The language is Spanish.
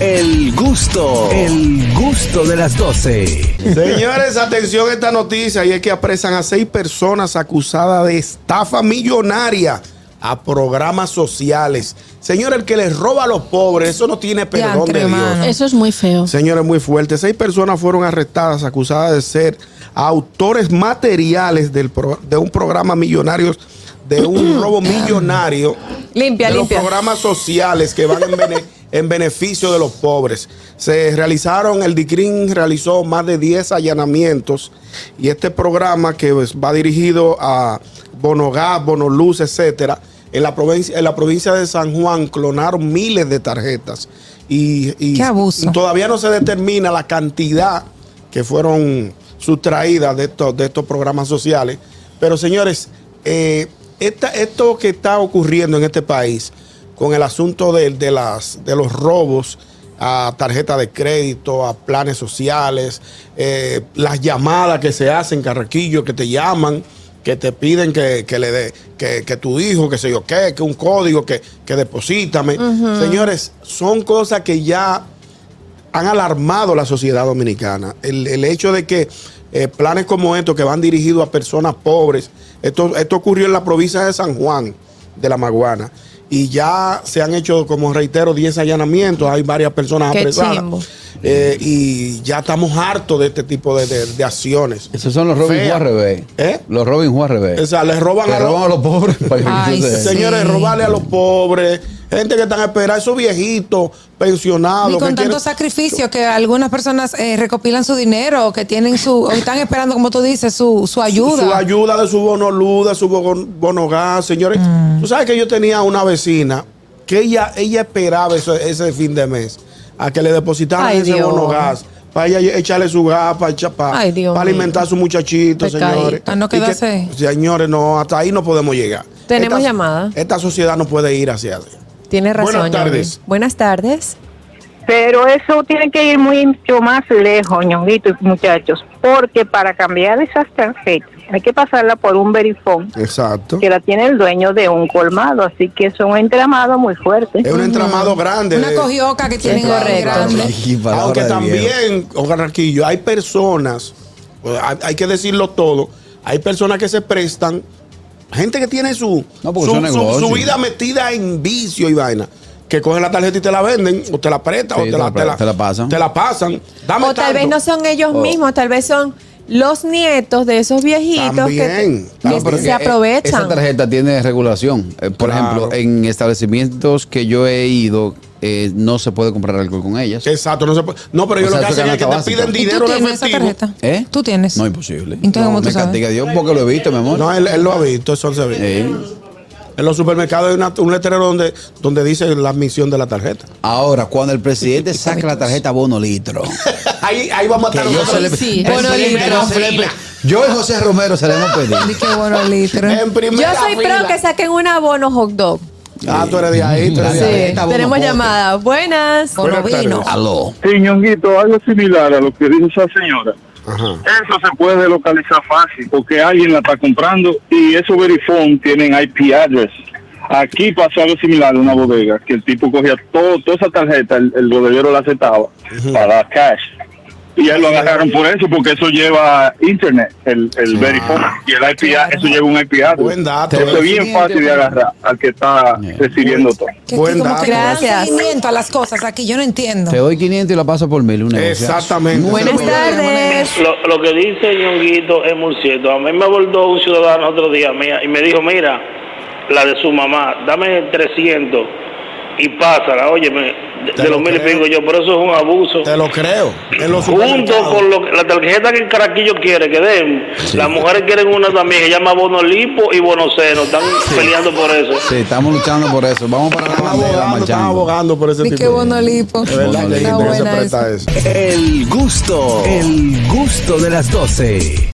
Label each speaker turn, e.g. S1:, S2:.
S1: El gusto, el gusto de las 12.
S2: Señores, atención a esta noticia y es que apresan a seis personas acusadas de estafa millonaria a programas sociales. Señor, el que les roba a los pobres, eso no tiene perdón
S3: Diantre, Eh.
S2: de Dios.
S3: mano.
S4: Eso es muy feo.
S2: Señores, muy fuerte. Seis personas fueron arrestadas acusadas de ser autores materiales del pro- de un programa millonarios, de un robo millonario.
S3: Limpia,
S2: de
S3: limpia.
S2: Los programas sociales que van en, bene- en beneficio de los pobres. Se realizaron, el DICRIN realizó más de 10 allanamientos y este programa que pues, va dirigido a Bonogás, Bonoluz, etcétera, en la, provincia, en la provincia de San Juan clonaron miles de tarjetas y, y-
S3: Qué abuso.
S2: y todavía no se determina la cantidad que fueron sustraídas de estos, de estos programas sociales. Pero señores, eh, esta- esto que está ocurriendo en este país con el asunto de, de las, de los robos a tarjeta de crédito, a planes sociales, eh, las llamadas que se hacen, carraquillo, que te llaman, que te piden que, que le dé, que, que tu hijo, que sé yo qué, que un código, que, que deposítame. Señores, son cosas que ya han alarmado la sociedad dominicana. El, el hecho de que eh, planes como estos que van dirigidos a personas pobres, esto, esto ocurrió en la provincia de San Juan de la Maguana. Y ya se han hecho, como reitero, 10 allanamientos. Hay varias personas
S3: Qué
S2: apresadas.
S3: chimbo.
S2: Eh, y ya estamos hartos de este tipo de, de- de acciones.
S5: Esos son los Robin
S2: Fea.
S5: Hood al revés.
S2: ¿Eh?
S5: Los Robin Hood al revés.
S2: O sea, les roban
S5: Que
S2: a los-
S5: roban a los pobres. para que
S3: Ay,
S5: se-
S3: sí.
S2: Señores, robarle a los pobres, gente que están esperando, esos viejitos, pensionados.
S3: Y con
S2: que
S3: tanto
S2: quieren-
S3: sacrificio que algunas personas eh, recopilan su dinero, que tienen su, o están esperando, como tú dices, su, su ayuda.
S2: Su ayuda de su bono luz, de su bono, bono gas, señores.
S3: Mm.
S2: Tú sabes que yo tenía una vecina que ella, ella esperaba eso- ese fin de mes a que le depositaran
S3: Ay,
S2: ese
S3: Dios.
S2: bono gas. Para ella echarle su gas, para, echar- para-
S3: Ay, Dios
S2: para
S3: mío.
S2: alimentar a su muchachito,
S4: Pecadito.
S2: señores.
S3: Ah, no
S2: Y que-
S3: quedarse-
S2: señores, no, hasta ahí no podemos llegar.
S6: Tenemos
S2: Esta-
S6: llamada.
S2: Esta sociedad no puede ir hacia allá.
S6: Tiene razón.
S2: Buenas
S6: Ñongui.
S2: tardes.
S6: Buenas tardes.
S7: Pero eso tiene que ir mucho más lejos, ñonguito y muchachos, porque para cambiar esas tarjetas hay que pasarla por un verifón
S2: Exacto.
S7: que la tiene el dueño de un colmado, así que es un entramado muy fuerte.
S2: Es un entramado grande.
S3: Una
S2: de-
S3: cogioca que tienen
S6: claro,
S3: ahí
S6: claro.
S3: grande.
S5: Y palabra
S2: Aunque
S5: de viejo.
S2: también, Ogarraquillo, hay personas, eh, hay, hay que decirlo todo, hay personas que se prestan, gente que tiene su,
S5: No, porque
S2: su,
S5: son
S2: su-
S5: negocios.
S2: su vida metida en vicio y vaina. Que cogen la tarjeta y te la venden, o te la prestan,
S5: Sí,
S2: o te la, te, la,
S5: te la pasan.
S2: te la pasan. Dame
S6: O tal
S2: tanto.
S6: vez no son ellos
S5: Oh.
S6: mismos, tal vez son los nietos de esos viejitos
S2: También,
S6: que, que
S2: también.
S5: pero
S6: se
S5: que, eh,
S6: aprovechan.
S5: Esa tarjeta tiene regulación. Eh, por
S2: Claro.
S5: ejemplo, en establecimientos que yo he ido, eh, no se puede comprar alcohol con ellas.
S2: Exacto, no se puede. No,
S5: O
S2: pero ellos
S5: sea,
S2: lo que
S5: eso
S2: hacen es que
S5: canasta
S2: te
S5: básica.
S2: piden
S3: ¿Y
S2: dinero
S3: tú
S2: en
S3: tienes esa
S2: efectivo.
S3: tarjeta?
S5: ¿Eh?
S3: ¿Tú tienes?
S5: No, imposible.
S3: Entonces,
S5: No,
S3: ¿cómo tú
S5: me
S3: sabes?
S5: castiga Dios porque lo he visto, mi amor.
S2: No, él, él lo ha visto, eso se ve.
S5: Sí.
S2: En los supermercados hay una- un letrero donde, donde dice la misión de la tarjeta.
S5: Ahora, cuando el presidente saca la tarjeta bono litro.
S2: Ahí, ahí vamos a
S5: que
S2: estar
S5: yo
S2: nosotros
S5: se le-
S4: sí.
S5: el
S4: Bono
S5: presidente
S2: litro.
S5: no se le- Yo y José Romero se le hemos pedido.
S3: Di que bueno, litro.
S2: en primera
S6: Yo soy
S2: fila.
S6: pro que saquen un abono hot dog.
S2: Ah, tú eres de ahí, tú eres
S5: Sí.
S2: de ahí.
S5: Tarjeta, abono,
S6: Tenemos
S5: pote.
S6: llamada. Buenas.
S3: Bono
S2: Buenas tardes.
S3: vino.
S5: Aló.
S8: Sí, Ñonguito, algo similar a lo que dice esa señora.
S2: Ajá.
S8: Eso se puede localizar fácil porque alguien la está comprando y esos verifón tienen IP address. Aquí pasó algo similar en una bodega, que el tipo cogía todo, toda esa tarjeta, el, el bodeguero la aceptaba para cash. Y ya lo agarraron por eso, porque eso lleva internet, el, el verifón y el IP, eso lleva un IP address.
S2: Buen dato,
S8: Eso
S2: eh.
S8: es bien fácil de agarrar al que está recibiendo todo.
S3: Que
S2: Buen
S3: aquí como
S2: dato.
S3: que
S6: Gracias.
S3: Gracias. seguimiento a las cosas aquí, yo no entiendo.
S5: Te doy 500 y la paso por mil. un negocio.
S2: Exactamente.
S6: Buenas
S2: Muy bien.
S6: tardes.
S9: Lo, lo que dice Ñonguito es muy cierto. A mí me abordó un ciudadano otro día mía y me dijo, mira, la de su mamá, dame 300 y pásala, óyeme, de,
S2: Te
S9: de
S2: lo
S9: los mil y
S2: creo.
S9: pico yo, pero eso es un abuso.
S2: Te lo creo. En los
S9: Junto
S2: supermercados.
S9: con lo que- la tarjeta que el caraquillo quiere que den, las mujeres quieren una también, que llama Bonolipo y Bonoceno, están peleando por eso.
S5: Sí, estamos luchando por eso. Vamos para la
S2: Están
S5: bandera
S2: abogando, están
S5: marchando.
S2: abogando por ese
S3: Di
S2: tipo.
S3: que bueno, lipo.
S2: De verdad que hay
S3: Está
S2: gente que se
S3: buena esa.
S2: presta a eso.
S1: El gusto, el gusto de las 12.